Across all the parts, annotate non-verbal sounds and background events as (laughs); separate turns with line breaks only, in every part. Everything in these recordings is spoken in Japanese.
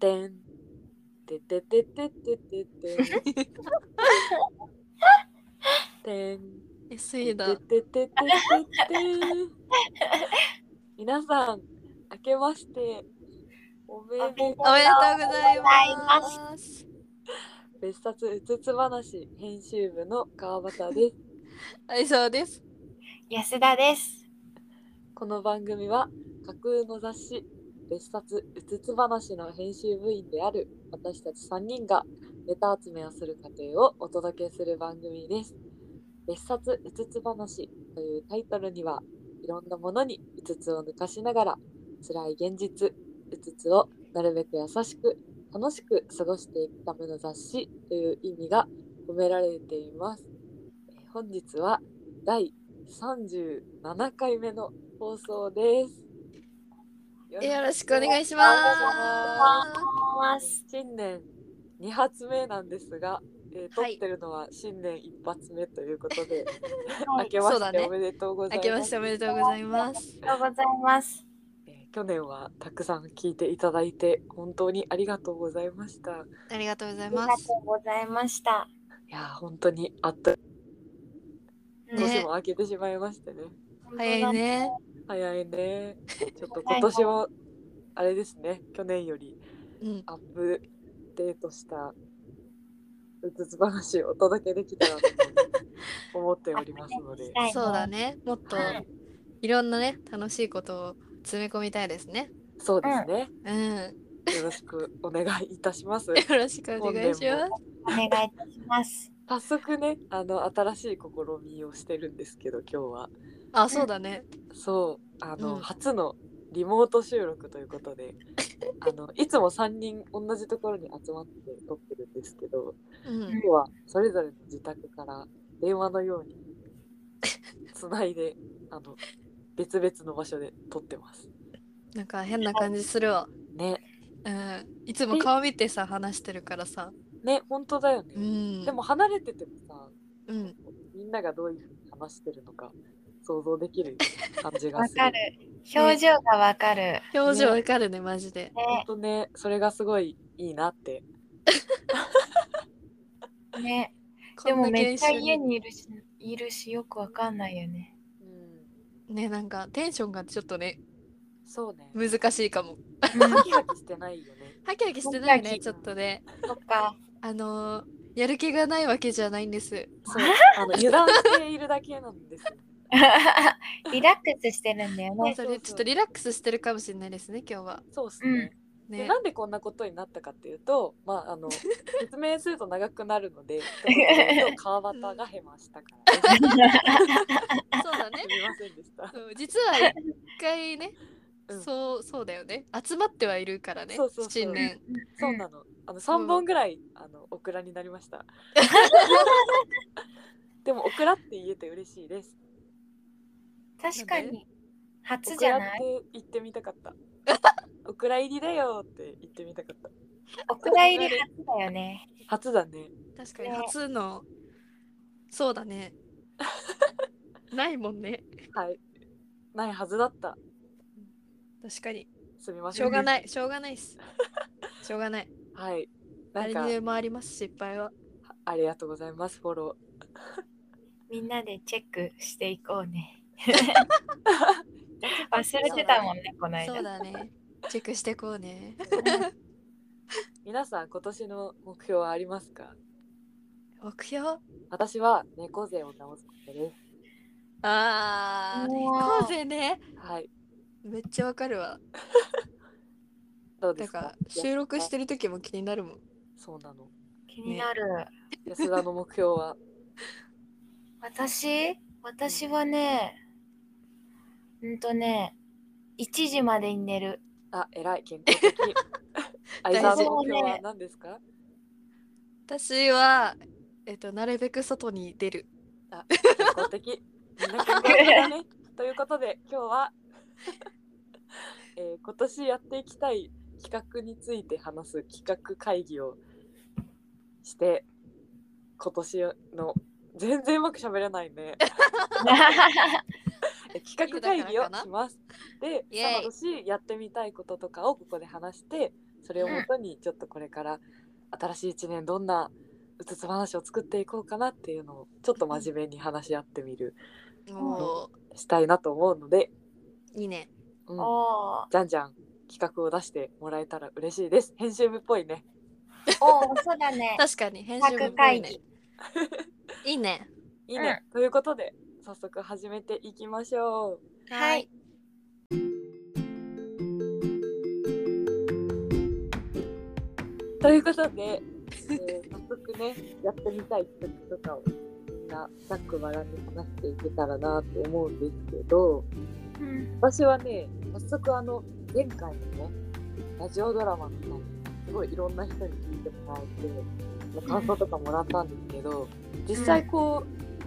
てん。てててててててん。てん。
SE だ。
ててててててん。皆さん、明けまして。おめでとう。
おめでとうございます。
別冊うつつ話編集部の川端です。
はい、そうです。
安田です。
この番組は架空の雑誌別冊うつつ話の編集部員である私たち3人がネタ集めをする過程をお届けする番組です。別冊うつつ話というタイトルにはいろんなものにうつつを抜かしながら辛い現実うつつをなるべく優しく楽しく過ごしていくための雑誌という意味が込められています。えー本日は第37回目の放送です。
よろしくお願いします。
ます。
新年2発目なんですが、えー撮
は
っ
い
てるのは新年1発目ということ
(laughs)
で、
はい
明けま
そう
し
だ
て
ね
おめでとうございます。
明けましておめでとうございます。
ありがとうございます。
えー去年はたくさん聞いていただいて本当にありがとうございました。い
ありがとうござ
あ
い
りが
ま
と
す。
うございました。
やー本当にあっと
うん
ね
年も明けてしまいましてね。
早い。ね。
早いね。ちょっと今年もあれですね。去年より
うん。
アップデートしたうつつ話をお届けできたらと思っておりますの
(laughs)
で。
はい
そうだね。もっと
はい
いろんなね、楽しいことを詰め込みたいですね。
そうですね。
うん。よ
よろしくお願いいたします。
(laughs) ろしくお願いしま
お願いいたします。
早速ね、あの新しい試みをしてるんですけど、今日は。
す。あ、そうだね。
そう、あの、
うん
初のリモート収録ということで。あのいつも三人同じところに集まって撮ってるんですけど、
うん
今。日はそれぞれの自宅から電話のようにつないで、あの別々の場所で撮ってます。
なんか変な感じするわ。
ね、
うん。いつも顔見てさ、話してるからさ。
ね、本当だよ
う
ね。
ん。
でも、離れててもさ、
うん。
みんながどういうふうに話してるのか想像できる感じが
(laughs) わ
する。
かる。表情がわかる。
表情わかるね、マジで。
本当ね、それがすごいいいなって。
ね。ね。
こ
で
んな
もめっ
研
ちゃ
修に
家にいるし、いるしよくわかんないよね。
うん、
ね、なんかテンションがちょっとね、
そうね。
難しいかも。
ハキハキしてないよね。
ハキハキしてない
ハキハ
ね、
キ
ちょっとね。
そっ (laughs) か。
あのー、やる気がないわけじゃないんです。
そう、あの油断しているだけなんですよ。
リラックスしてるんだよ
そう
ね。
そうちょっとリラックスしてるかもしれないですね、今日は。
そうですね。で
ね
な。んでこんなことになったかっていうと、まああの説明すると長くなるので、一言で言うと川端がヘマしたからね、
そうだね
す。みませんでした。
うん実は一回ね、
うん
そう、そうだよね。集まってはいるからね、
そうそうそう
新年。
そうなの。あの三本ぐらい、あのオクラになりました。でもオクラって言えて嬉しいです。
確かに。
オ
初
ク
じ
ラ
ゃ
っ
ない
て言ってみたかった。
(laughs)
オクラ入りだよって言ってみたかった。
お蔵入り初だよね。
初だね。
確かに
ね
初の、そうだね。ないもんね。
はい。ないはずだった。
確かに。
すみません。
しょうが
い。
ない、しょうがないっす。しょうがない。
はい。なん
誰
か
にでもあります、失敗は。
ありがとうございます。フォロ
みんなでチェックしていこう (laughs) ね。
ー。
忘れてたもんね、この間。
そうだね。チェックしてこうね。
皆さん今年の目標はありますか？
目標
私は猫背を治すことです。
ああ、
もう
猫背ね。
はい。
めっちゃわかるわ。
どうで
だ
す
か？
から
収録してる時も気になるもん。
そうなの。
気になる。
安田の目標は
私私はね、うんとね、1時までに寝る。
あ、えらい、健康
(laughs)
的。相沢の目標
そう
は
ね
何ですか、
私は、えっと、なるべく外に出る。
あ、健康的。みんな健康的だね。ということで、今日は、 (laughs) えー今年やっていきたい企画について話す企画会議をして、今年の、全然うまく喋れない
(laughs)
ね。え企画会議をします。で、
イエイ
その年やってみたいこととかをここで話して、それをもとにちょっとこれから新しい一年どんなうつつ話を作っていこうかなっていうのをちょっと真面目に話し合ってみる
お
したいなと思うので、
ーいいね。
うん、
(laughs) おー
じゃんじゃん企画を出してもらえたら嬉しいです編集部っぽいね
おー、そうだね。
確かに編集部っ
各
ぽい
会
ね
議。。
いいね。
いいね、ということで早速始めていきましょう
はい。
ということで、えー早速ねやってみたい企画とかをみんなざっくばらんに話していけたらなと思うんですけど
うん
私はね早速あの前回のねラジオドラマのさすごいいろんな人に聞いてもらえてまあ感想とかもらったんですけど、実際こ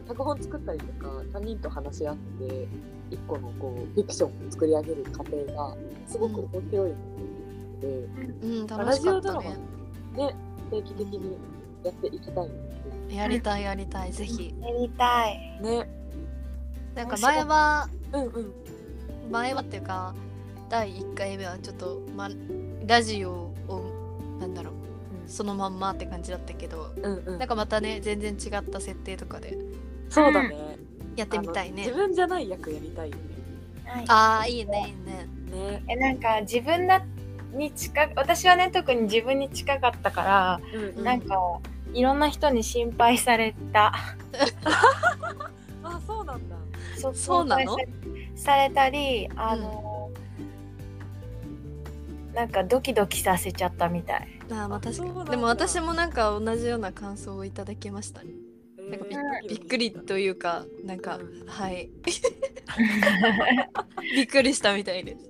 う脚本作ったりとか他人と話し合って一個のこうフィクションを作り上げる過程がすごく面白いので、
うん、
まあ
楽
ラ
し
ジ
か
オ
っ
ド
た
ラマ
ね。
ね定期的にやっていきたいんですけど
やりたいやりたい、ぜひ。
やりたい。
ね
なんか前は、
うんうん
前はっていうか、第1回目はちょっと、ま、ラジオを、なんだろう、そのまんまって感じだったけど、
うんうん
なんかまたね、全然違った設定とかで
そうだね
やってみたい
あの
ね
自。分じゃない役やりたいよね
はい
ああ、いいね、いいね。
ね
えなんか自分だに近く私はね特に自分に近かったから、
うん
うん
なんかいろんな人に心配された
あそうなんだ
そ
そうなの
心配されされたりあの、なんかドキドキさせちゃったみた
(laughs)
い
あーまあ
あ
確か
そうなん
に。
だ
でも私もなんか同じような感想をいただきましたね。なんかびっくりというか、なんか、
うん
はい。びっくりしたみたいです。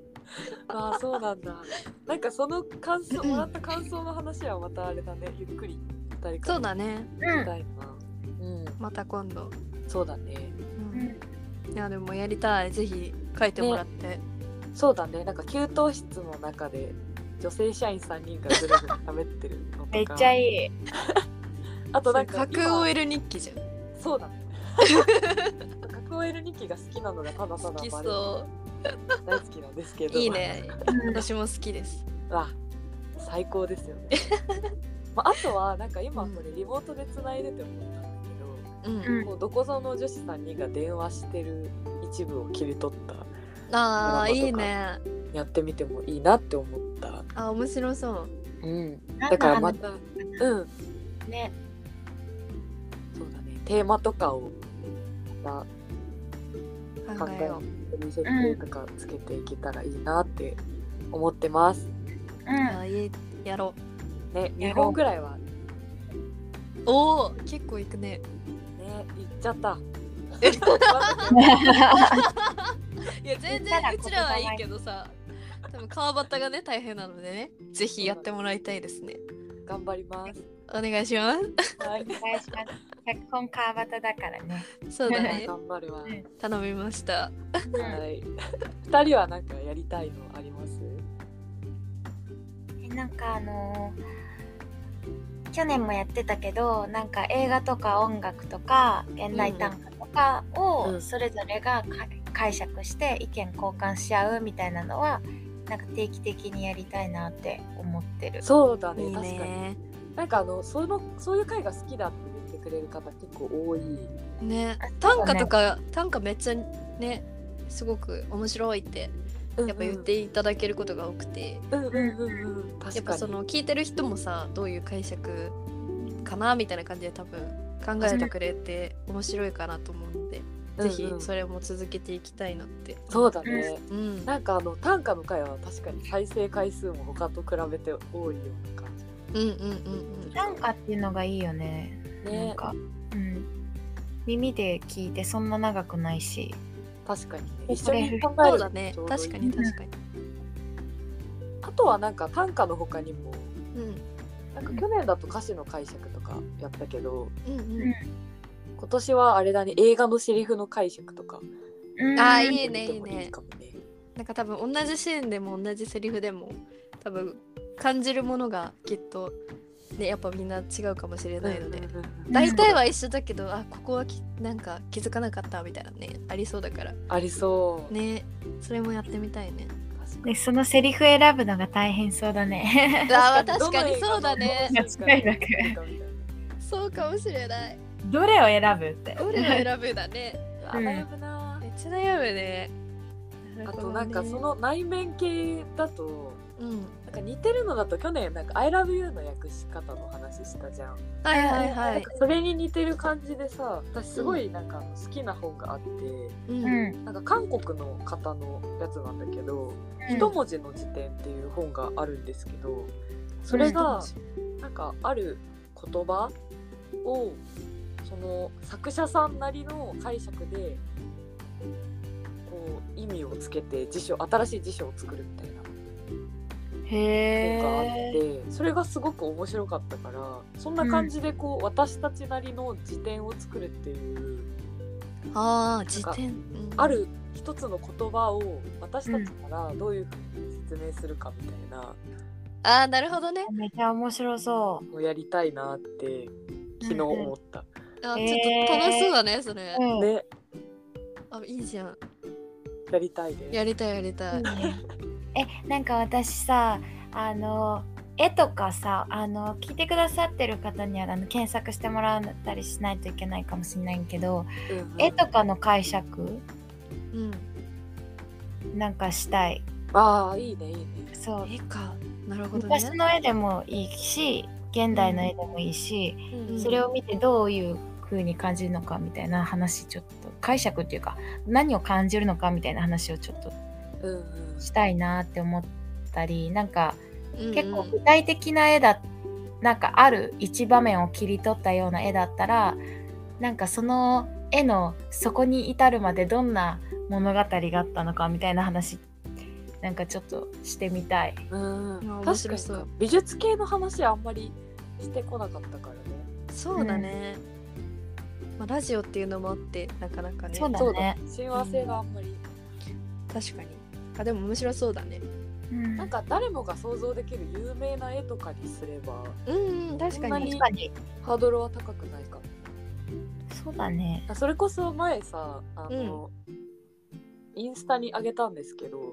ああそうなんだなんかその感想もらった感想の話はまたあれだねゆっくり二人か
そう
ら
だね。
聞
う
きたいなうん、
また今度。
そうだね
うん、いやでもやりたい。ぜひ書いてもらって。
そうだねなんか給湯室の中で女性社員3人がぐるぐる喋ってるのとか
めっちゃいい
あとなんか
架空 OL 日記じゃん。
今そうだね (laughs) 格 OL 日記が好きなのがただた
好
だ
き
バレる
そ
大好きなんですけ
う。
ど
いいね。
うん
私も好きです。
わ最高ですよね (laughs) まああとはなんか今これリモートでつないでて思ったんだけど、
うん。
うん
もうどこぞの女子3人が電話してる一部を切り取った
あ
ドラマと
あ
か
いいね。
やってみてもいいなって思った、
あー面白そう。
うん、
何
だから
の
ま
話
たうん
ね
そうだねテーマとかをまた
考
考
え
え
よう。
て見せてとかつけていけたらいいなって思ってます
(laughs)
あーいいやろ
ね
やろ
2
う
本ぐらいはね
う。おお結構いくね。
言っちゃった
いや全
言
然
ったら
うちらはいいけどさ。多分川端がね大変なのでね。ぜひやってもらいたいですね。
(laughs) 頑張ります
お願いしま
は
う
(laughs) い
んお願いします脚本川端だからね
(laughs)
す。そうだね。
頑張るわ、
うん
頼みました。
はい。 (laughs) 二人はなんかやりたいのあります？
えなんかあのー去年もやってたけどなんか映画とか音楽とか現代短歌とか
うんう
を
ん
それぞれがか解釈して意見交換し合うみたいなのはなんか定期的にやりたいなって思ってる。
そうだね
いい
確かに。
ね。
なんかあのそのそういう会が好きだって言ってくれる方結構多い。
ね
あそうだね
短歌とか、短歌めっちゃねすごく面白いってやっぱ言っ。ていただけることが多くて、
うんうんうんうん。確かに。
やっぱその聞いてる人もさどういう解釈かなみたいな感じで多分考えてくれて面白いかなと思うので、ぜひ
うんうん
それも続けていきたいなって。
そうだね。
うん。
なんかあの短歌の会は確かに再生回数も他と比べて多いような感じ。
うんうんうんうん。
短歌っていうのがいいよね。な
ね
んか、うん、耳で聞いてそんな長くないし。
確かにね。
これ
一緒に考え
そう
る
だ
の
ね
ちょうどいい
確かに確かに。
あとはなんか短歌の他にも
うん
なんか去年だと歌詞の解釈とかやったけど、
うん
うん
今年はあれだね映画のセリフの解釈とか。
うん
あー
見
い
て
いね
みてもいいかもね。
なんか多分同じシーンでも同じセリフでも多分感じるものがきっとねやっぱみんな違うかもしれないので、
うんうんうん
大体は一緒だけどあここはきなんか気づかなかったみたいなねありそうだから
ありそう、
ねそれもやってみたいね確か
で
に。
そのセリフ選ぶのが大変そうだね
あー確かにそうだね。
間違いなく
そうかもしれない。
(laughs) どれを選ぶって
どれを選ぶだね。
あ悩むな
めっちゃ悩むね。る
あ
ほ
と
どね
なんかそ、の内面系だと
うん、
なんか似てるのだと去年なんか「ILOVEYOU」の訳し方の話したじゃん。
はいはいは
なん
い
か。それに似てる感じでさ私すごいなんか好きな本があって、
うん
う
うん
ん
なんか韓国の方のやつなんだけど「
うん
一文字の辞典」っていう本があるんですけどそれがなんかある言葉をその作者さんなりの解釈でこう意味をつけて辞書新しい辞書を作るみたいな
へ
本があっ
え
てそれがすごく面白かったからそんな感じでこう、私たちなりの辞典を作るっていう
ああ、辞典。うん
あ。る一つの言葉を私たちからどういうふうに説明するかみたいな
ああ、なるほどね。
めちゃ面白そ
のをやりたいなって昨日思った。
あー
えー
ちょっと楽しそうだね、それ
う、。うん
ね
あ、いいじゃん。
やりたいです。
やりたいやりたい。
えなんか私さあの絵とかさあの聞いてくださってる方にはあの検索してもらったりしないといけないかもしれないけど、
うんうん
絵とかの解釈
うん。
なんかしたい
ああいいねいいね。
そう
えか。なるほどね。
昔の絵でもいいし現代の絵でもいいし、
うん
それを見てどういう風に感じるのかみたいな話ちょっと解釈っていうか何を感じるのかみたいな話をちょっと
うんうん。
したいなって思ったりなんか
うんうん
結構具体的な絵だなんかある一場面を切り取ったような絵だったらなんかその絵のそこに至るまでどんな物語があったのかみたいな話なんかちょっとしてみたい。
うん
あ、面
確か
白
に
そう
美術系の話あんまりしてこなかったからね。
そうだね。まあ、ラジオっていうのもあって、なかなかね。
そうだね
そうだね。親和性があんまり、
確かに。あ、でも面白そうだね。
うん
なんか誰もが想像できる有名な絵とかにすれば
うん、うん、確
そんな
か
に
に。
確かに
ハードルは高くないかも。
そうだね。
あそれこそ前さあの、インスタに上げたんですけど
う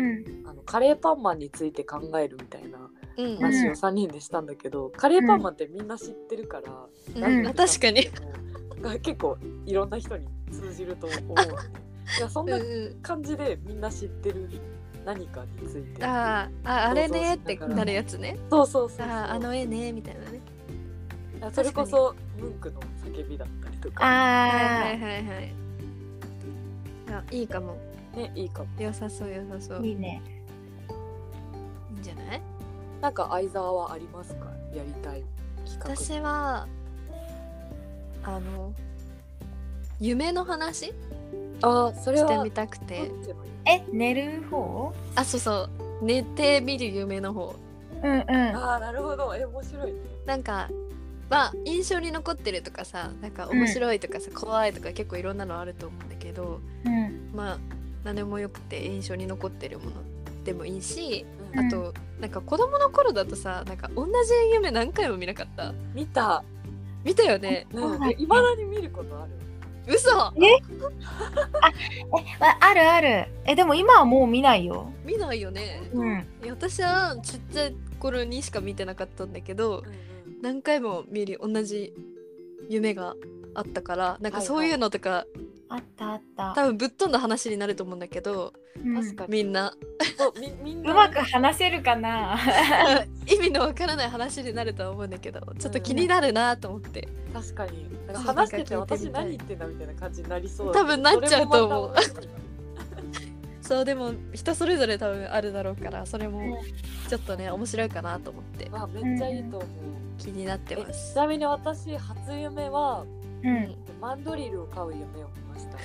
ん
あのカレーパンマンについて考えるみたいな
うん、
マジ
話を3人でしたんだけど、カレーパンマンってみんな知ってるから、
うん
何
確かに。
が結構いろんな人に通じると
(laughs)
思うんでいやそん
う
なん
う
感じでみんな知ってる何かについて
ん、あーあ、あれねってなるやつね。
そうそうそうそう
あーあの絵ねみたいなね。
それこそムンクの叫びだったりとか、
は
あ
いはいはいはい。あ、いいかも。
ね、いいかも
良さそう良さそ
あ
う。
い
い
いね。
いんじゃない？
なんか相沢はありますかやりたい企画
私はあの夢の話し
あーそれは
てみたくて、
どっちの
え寝る方？
あそうそう寝てみる夢の方。
うんうん。
ああなるほどえ面白いね
なんかまあ印象に残ってるとかさなんか面白いとかさ、怖いとか結構いろんなのあると思うんだけど
うん
まあ何でもよくて印象に残ってるものでもいいし
う
あ
ん
と、なんか子供の頃だとさなんか同じ夢何回も見なかった
見た
見たよね
うんいまだに見ることある
嘘
えわあるある。えでも今はもう見ないよ。
見ないよね
うん。
いや私はちっちゃい頃にしか見てなかったんだけど何回も見る同じ夢があったからなんかそういうのとか、
あったあった。
多分ぶっ飛んだ話になると思うんだけど
うん
確かに
みんな
そうみみんな
うまく話せるかな。
意味のわからない話になるとは思うんだけどちょっと気になるなと思って、
確かになんか
そう
話して
なん
て
か聞
私
いてみたい
何言ってんだみたいな感じになりそう
多分なっちゃうと思
そ
う
れもまた面白いな
そうでも人それぞれ多分あるだろうからそれ
うん
もちょっとね面白いかなと思って
まあめっちゃいいと思う、
気になってま
えち
す。
なみに私初夢は
う。
うん
マンドリルを買う夢を見ました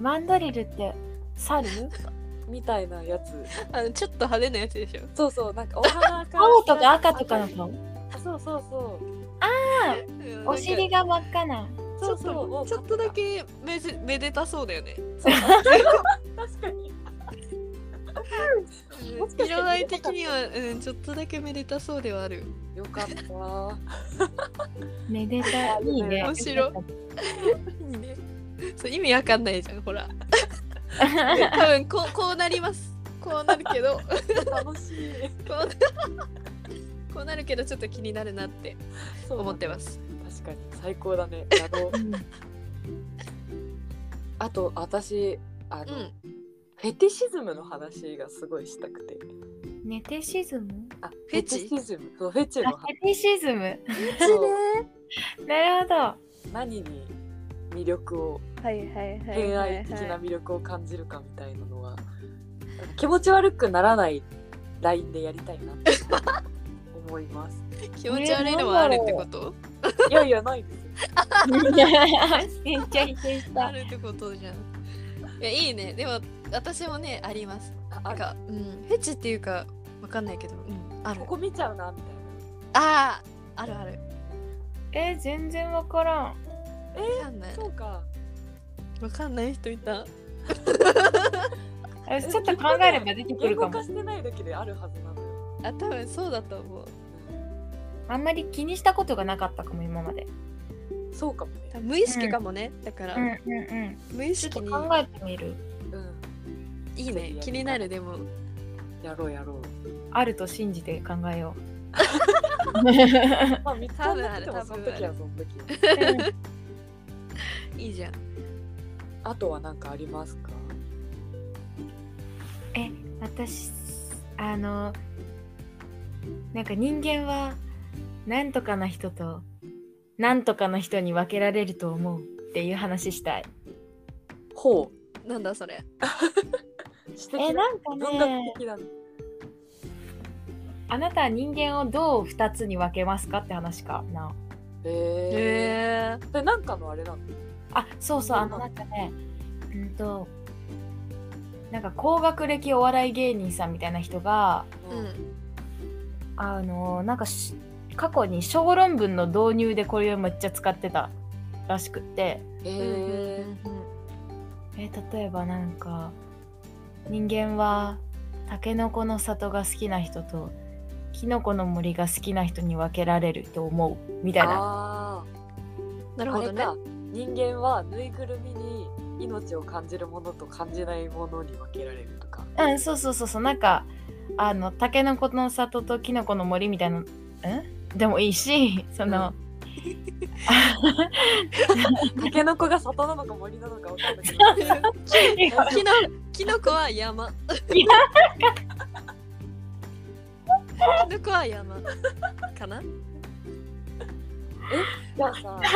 マンドリルって猿？
みたいなや
(laughs)
つ
あのちょっと派手なやつでしょ。
そうそうなんかお花が
青とか赤とかの顔。
あそうそうそう
うん
お尻が真っ赤な。
な
そ
ん
う
か
そう
ちょっとちょっとだけめでめでたそうだよね。
確かにもしかして
色合い的には、うん、ちょっとだけめでたそうではある。
よかった
めでたい。いいね。
面白いいいね。そう意味わかんないじゃん、ほら。多分こうこうなります。こうなるけど
楽しい。
こうこうなるけどちょっと気になるなって
そう
思
な
っ
んだ
てます
確かに最高だね。あのあと私あ
う
の、
ん
フェティシズムの話がすごいしたくて。
ネテシズム
あフ
ェチ
ェティシズムそうフェチ
あ
の
フ
話
ェティシズム
そう
なるほど
何に魅力を
はいはいは
恋愛的な魅力を感じるかみたいなのは、なんか気持ち悪くならないラインでやりたいなって思います。
気持ち悪いのはあるってこと
いやいやないですよ。
めっちゃ否定し
あ
た
るってことじゃんいやいいねでも私もねあります
あ
な
あ
んか、うん、フェチっていうかわかんないけど、うん、ある
ここ見ちゃうなみたい
あああるある
え全然わからん
わかんない
な。そうか。
わかんない人いた
えちょっと考えれば出てく
言
るか
語
も
化してないだけであるはずなのよ。
あ多分そうだと思う
あんまり気にしたことがなかったかも今まで
そうかもね。
多分無意識かもね、だから、
うんうん
無意
ちょっ
識
と
に
考えてみる
うん。
いい
ちょっとやり
ね
たい
気になるでも
やろうやろ
あると信じて考えよう
う。まあ見つかんなくてもその時はその時。
いいじゃん
あとは何かありますか。
(laughs) え私あのなんか人間はなんとかな人となんとかな人に分けられると思うっていう話したい
ほう。
なんだそれ
知的
え
な
なんか
文学
ね
的だね。
あなたは人間をどう2つに分けますかって話かな
へえ。
へえ
でなんかのあれなの。
あそうそうあのなんかねうんとなんか高学歴お笑い芸人さんみたいな人が
うん
あのなんかし過去に小論文の導入でこれをめっちゃ使ってたらしくって、
へ
うんうん
え。
えー例えばなんか人間はタケノコの里が好きな人とキノコの森が好きな人に分けられると思うみたいな
あ
な
あ。
る
あ
ほ
れ
どね
か。人間はぬいぐるみに命を感じるものと感じないものに分けられると
(laughs)
か。
うんそうそうそうそうなんかあのタケノコの里とキノコの森みたいなんでもいいしその、
タケノコが里なのか森なのかわかんないけど。
(laughs) キノキノコは
(laughs)
山キ
い
ノコは山かな
じゃあさ、タ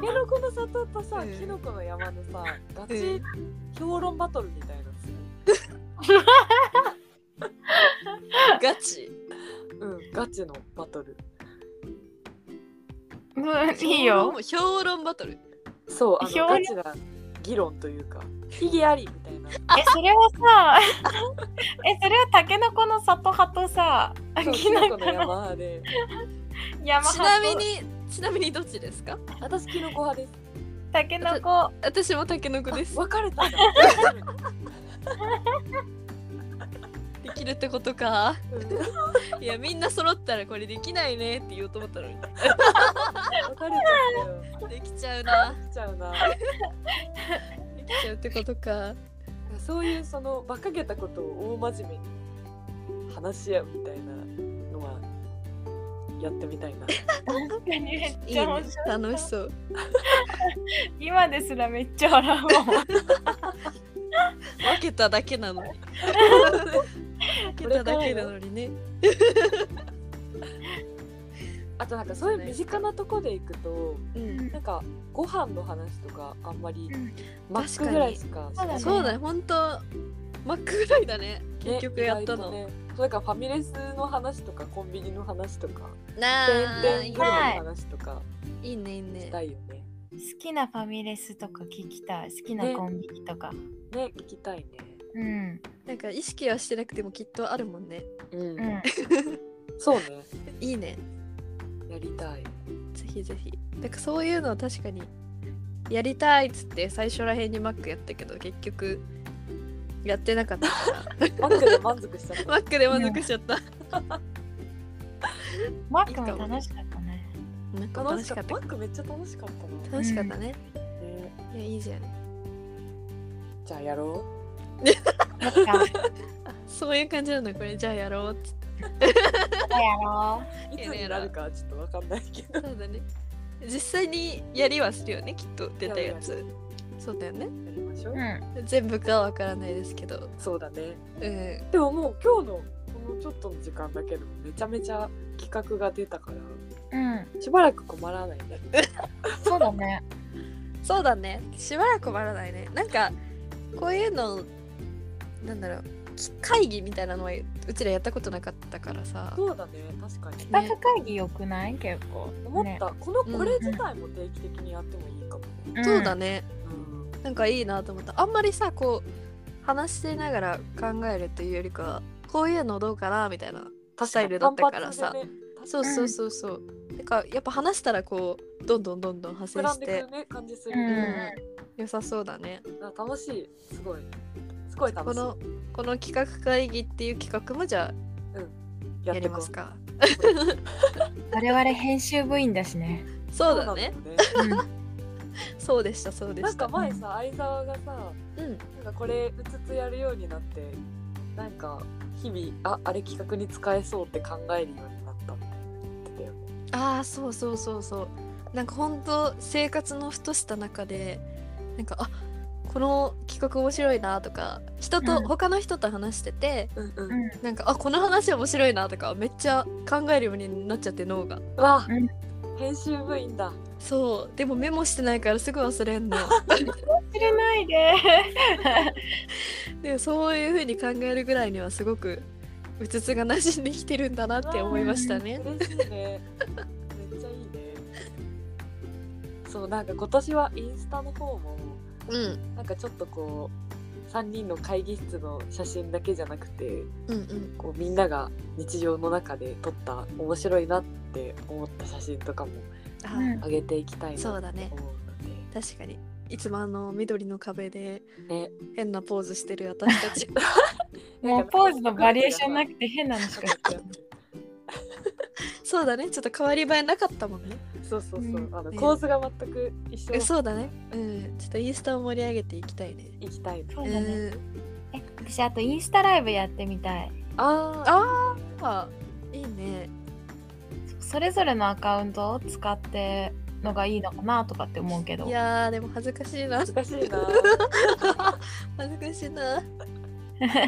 ケノコの里とさ、
うん
キノコの山のさ、ガ
う
チ評論バトルみたいなのする。
ガチ
うん、ガチのバトル。
うん (laughs) いいよ
評論評論バトル
そう、あ
評
の
論
ガチな議論というか、意義ありみたいな。
(laughs) えそれはさ (laughs) えそれはタケノコの里派とさ
そう
キ
キ
ノ
ノ
コ
コ
の
の山で。
山派と
ちなみにちなみにどっちですか
私キノコ派で。
タケノコ
私もタケノコですす
分かれたんだ。
できるってことか
うん
いやみんな揃ったらこれできないねって言おうと思ったのに
分かれたんだよ。
できちゃうな
来ちゃうな。
できちゃうってことか
そういうその馬鹿げたことを大真面目に話し合うみたいなのはやってみたいな。
確かにめっ
いい
ちゃ
ね
面白い
楽しそう
今ですらめっちゃ笑うもん
分けただけなのに分けただけなのにね
あとなんかそういう身近なとこで行くと、
うん
なんかご飯の話とかあんまり
うん
マックぐらいしかしない
確かに
そうだね本当マックぐらいだね結局やったの、
ね意外とねそうだからファミレスの話とかコンビニの話とか
なあ
点々
いい
グルメの
ね
話とか
いいねいい
し
ね
たいよね。
好きなファミレスとか聞きたい好きな
ね
コンビニとか、
ね聞きたいね。
うん
なんか意識はしてなくてもきっとあるもんね
うん、
うん
そうね
いいね
やりたい。
ぜひぜひなんかそういうのは確かにやりたいっつって最初らへんにマックやったけど結局やってなかったから
マックで満足しちゃっ
(laughs) マ
た。
ックで満足しちゃった
マックも楽しかったね
なんか
楽
楽
し
し
か
か
っ。
ったた
マックめっちゃ楽しかったな。
楽しかったね、
ね
いやいいじゃん
じゃあやろ
なんかや
そういう感じなのこれじゃあやろうっつ (laughs) って
ろ
(laughs)
いつになるかはちょっとわかんないけど。
そうだね実際にやりはするよねきっと出たやつそうだよね
やりましょう
う。うん
全部かはわからないですけど
そうだね。
うん
でももう今日のこのちょっとの時間だけでもめちゃめちゃ企画が出たから
うん
しばらく困らないね。
そうだね
そうだねしばらく困らないねなんかこういうのなんだろうき会議みたいなのはうちらやったことなかったからさ
そうだね確かに。
企画会議よくない結構
思っ
ね
た、この
うん
これ自体も定期的にやってもいいかもね。
そうだ
ね
ね
うん
なんかいいなと思ったあんまりさこう話しながら考えるっていうよりかはこういうのどうかなみたいなスタイルだったから
単
さ、
発でね
そうそうそうそうなんかやっぱ話したらこうどんどんどんどん
膨
派生
らん
し
でく
て
るね感じする
う
ね。
ん
良さそうだね
あ楽しいすごいすごい楽
こ
しい
のこの企画会議っていう企画もじゃあ
や
や
って
り
こ
ますか
我々編集部員だしね
そうだね
そうなのよ
うん
そうでしたそうで
なん
し
か
た
前さ相沢がさ
うん
なんかこれうつつやるようになってなんか日々ああれ企画に使えそうって考えるようになったみたいな言ってたよね
ああそうそうそうそうなんか本当生活のふとした中でなんかあこの企画面白いなとか人と、
うん
他の人と話してて
うんうん、
うん
なんかあこの話面白いなとかめっちゃ考えるようになっちゃって脳が
うわ、
うん
編集部員だ
そうでもメモしてないからすぐ忘
(laughs)
れんの
忘れないで
でもそういう風に考えるぐらいにはすごくうつつが馴染んできてるんだなって思いましたね
嬉しいねめっちゃいいねそうなんか今年はインスタの方も
うん
なんかちょっとこう3人の会議室の写真だけじゃなくて
うんうん
こうみんなが日常の中で撮った面白いなって思った写真とかも
あ、
うん
上げていきたいなと
そ
思
う
う
だね
ので、
確かにいつもあの緑の壁で
ね
変なポーズしてる私たち
もうポーズのバリエーションなくて変なのしかやっちゃう
そうだねちょっと変わり映えなかったもんね
そうそうそう、
うん
あの
ね
構図が全く一緒
そうだねうんちょっとインスタを盛り上げていきたいね
行きたいね
そううだね
ん
(laughs) え私あとインスタライブやってみたい
あー
ああいいね
それぞれのアカウントを使ってのがいいのかなとかって思うけど
い
(laughs)
やーでも恥ずかしいな (laughs)
難しいな
恥ずかしいな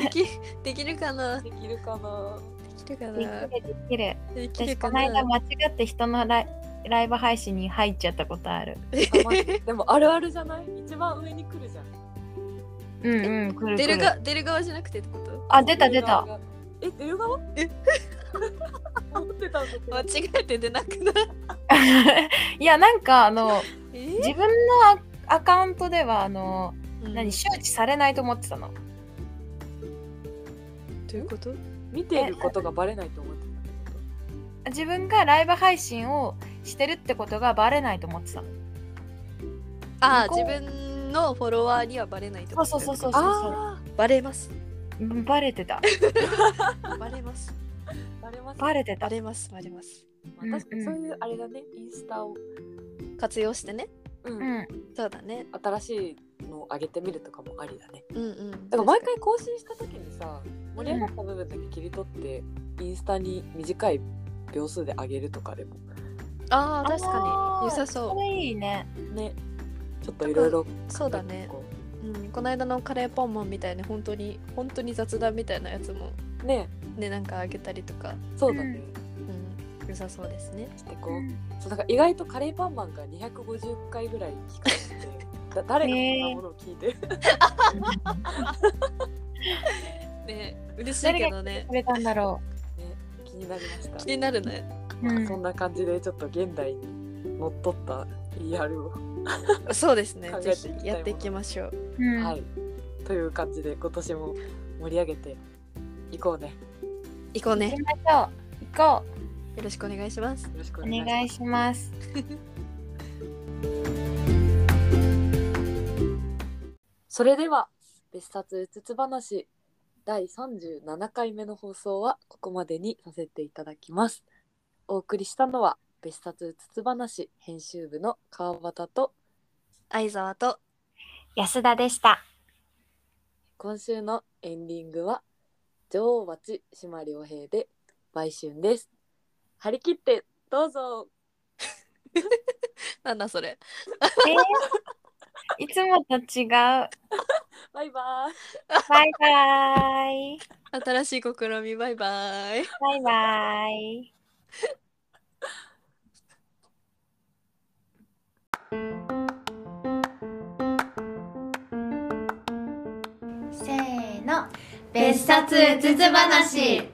できできるかなで
できるかな
きるか
でき
な
るできる
でき
私
る
こ
か
の間
な
間違って人のライライブ配信に入っちゃったことある
あまでもあるあるじゃない一番上に来るじゃん
うんうん来る
出
来
る
る
が出る側じゃなくてってこと
あ出た出た
え出る側
え
(laughs) 思ってたんだけど
間違えて出なくな
(laughs) いやなんかあ (laughs) の
え
自分のアアカウントではあの
うん
何周知されないと思ってたの
どういうこと
見ていることがバレないと思ってたってこと
自分がライブ配信をしてるってことがバレないと思ってたの
ああ
向こ
自
う
分のフォロワーにはバレないってこと
そうそうそうそう
あ
バレます
うんバレてた
バレます
あバレます
バレて
バ
た
レますバレます
まあ確かにそういうあれだねインスタを、
活用してね
う
うんん
そうだね
新しいのを上げてみるとかもありだね
うんうん
だから毎回更新した時にさ盛り上がった部分だけ切り取って、インスタに短い秒数で上げるとかでも
ああ確か
あー
に良さそ
これいいね
ねちょっといろいろ
うそうだね、うん、この間のカレーパンマンみたいな本当に本当に雑談みたいなやつも
ね
ねなんかあげたりとか、
そうだね、
うん、良さそうですね
してこうそうなんか意外とカレーパンマンが250回ぐらい聞かれててだ誰がこんなものを聞いて (laughs) る、
ね嬉しい
誰
け
が
どね
くれたんだろ
ね、気になりました
気になるね
う、
まあ
うん
そんな感じでちょっと現代にのっとった PR を、
そうですね
考えて
ぜ
いきたいもの
ひやっていきましょう
うん
はいという感じで今年も盛り上げていこうね
行こうね
行きましょう行こ
よろしくお願いします
よろしくお
う
願いし
お
ます
願いします
それでは別冊うつつ話第37回目の放送はここまでにさせていただきますお送りしたのは別冊うつつ話編集部の川端と
相沢と
安田でした
今週のエンディングは女王蜂島良平で売春です張り切ってどうぞ
なんだそれ。
いつもと違う。
バイバイ
バイバイ。
新しい試み、バイバイ。
バイバイ。せーの。別冊うつつ話。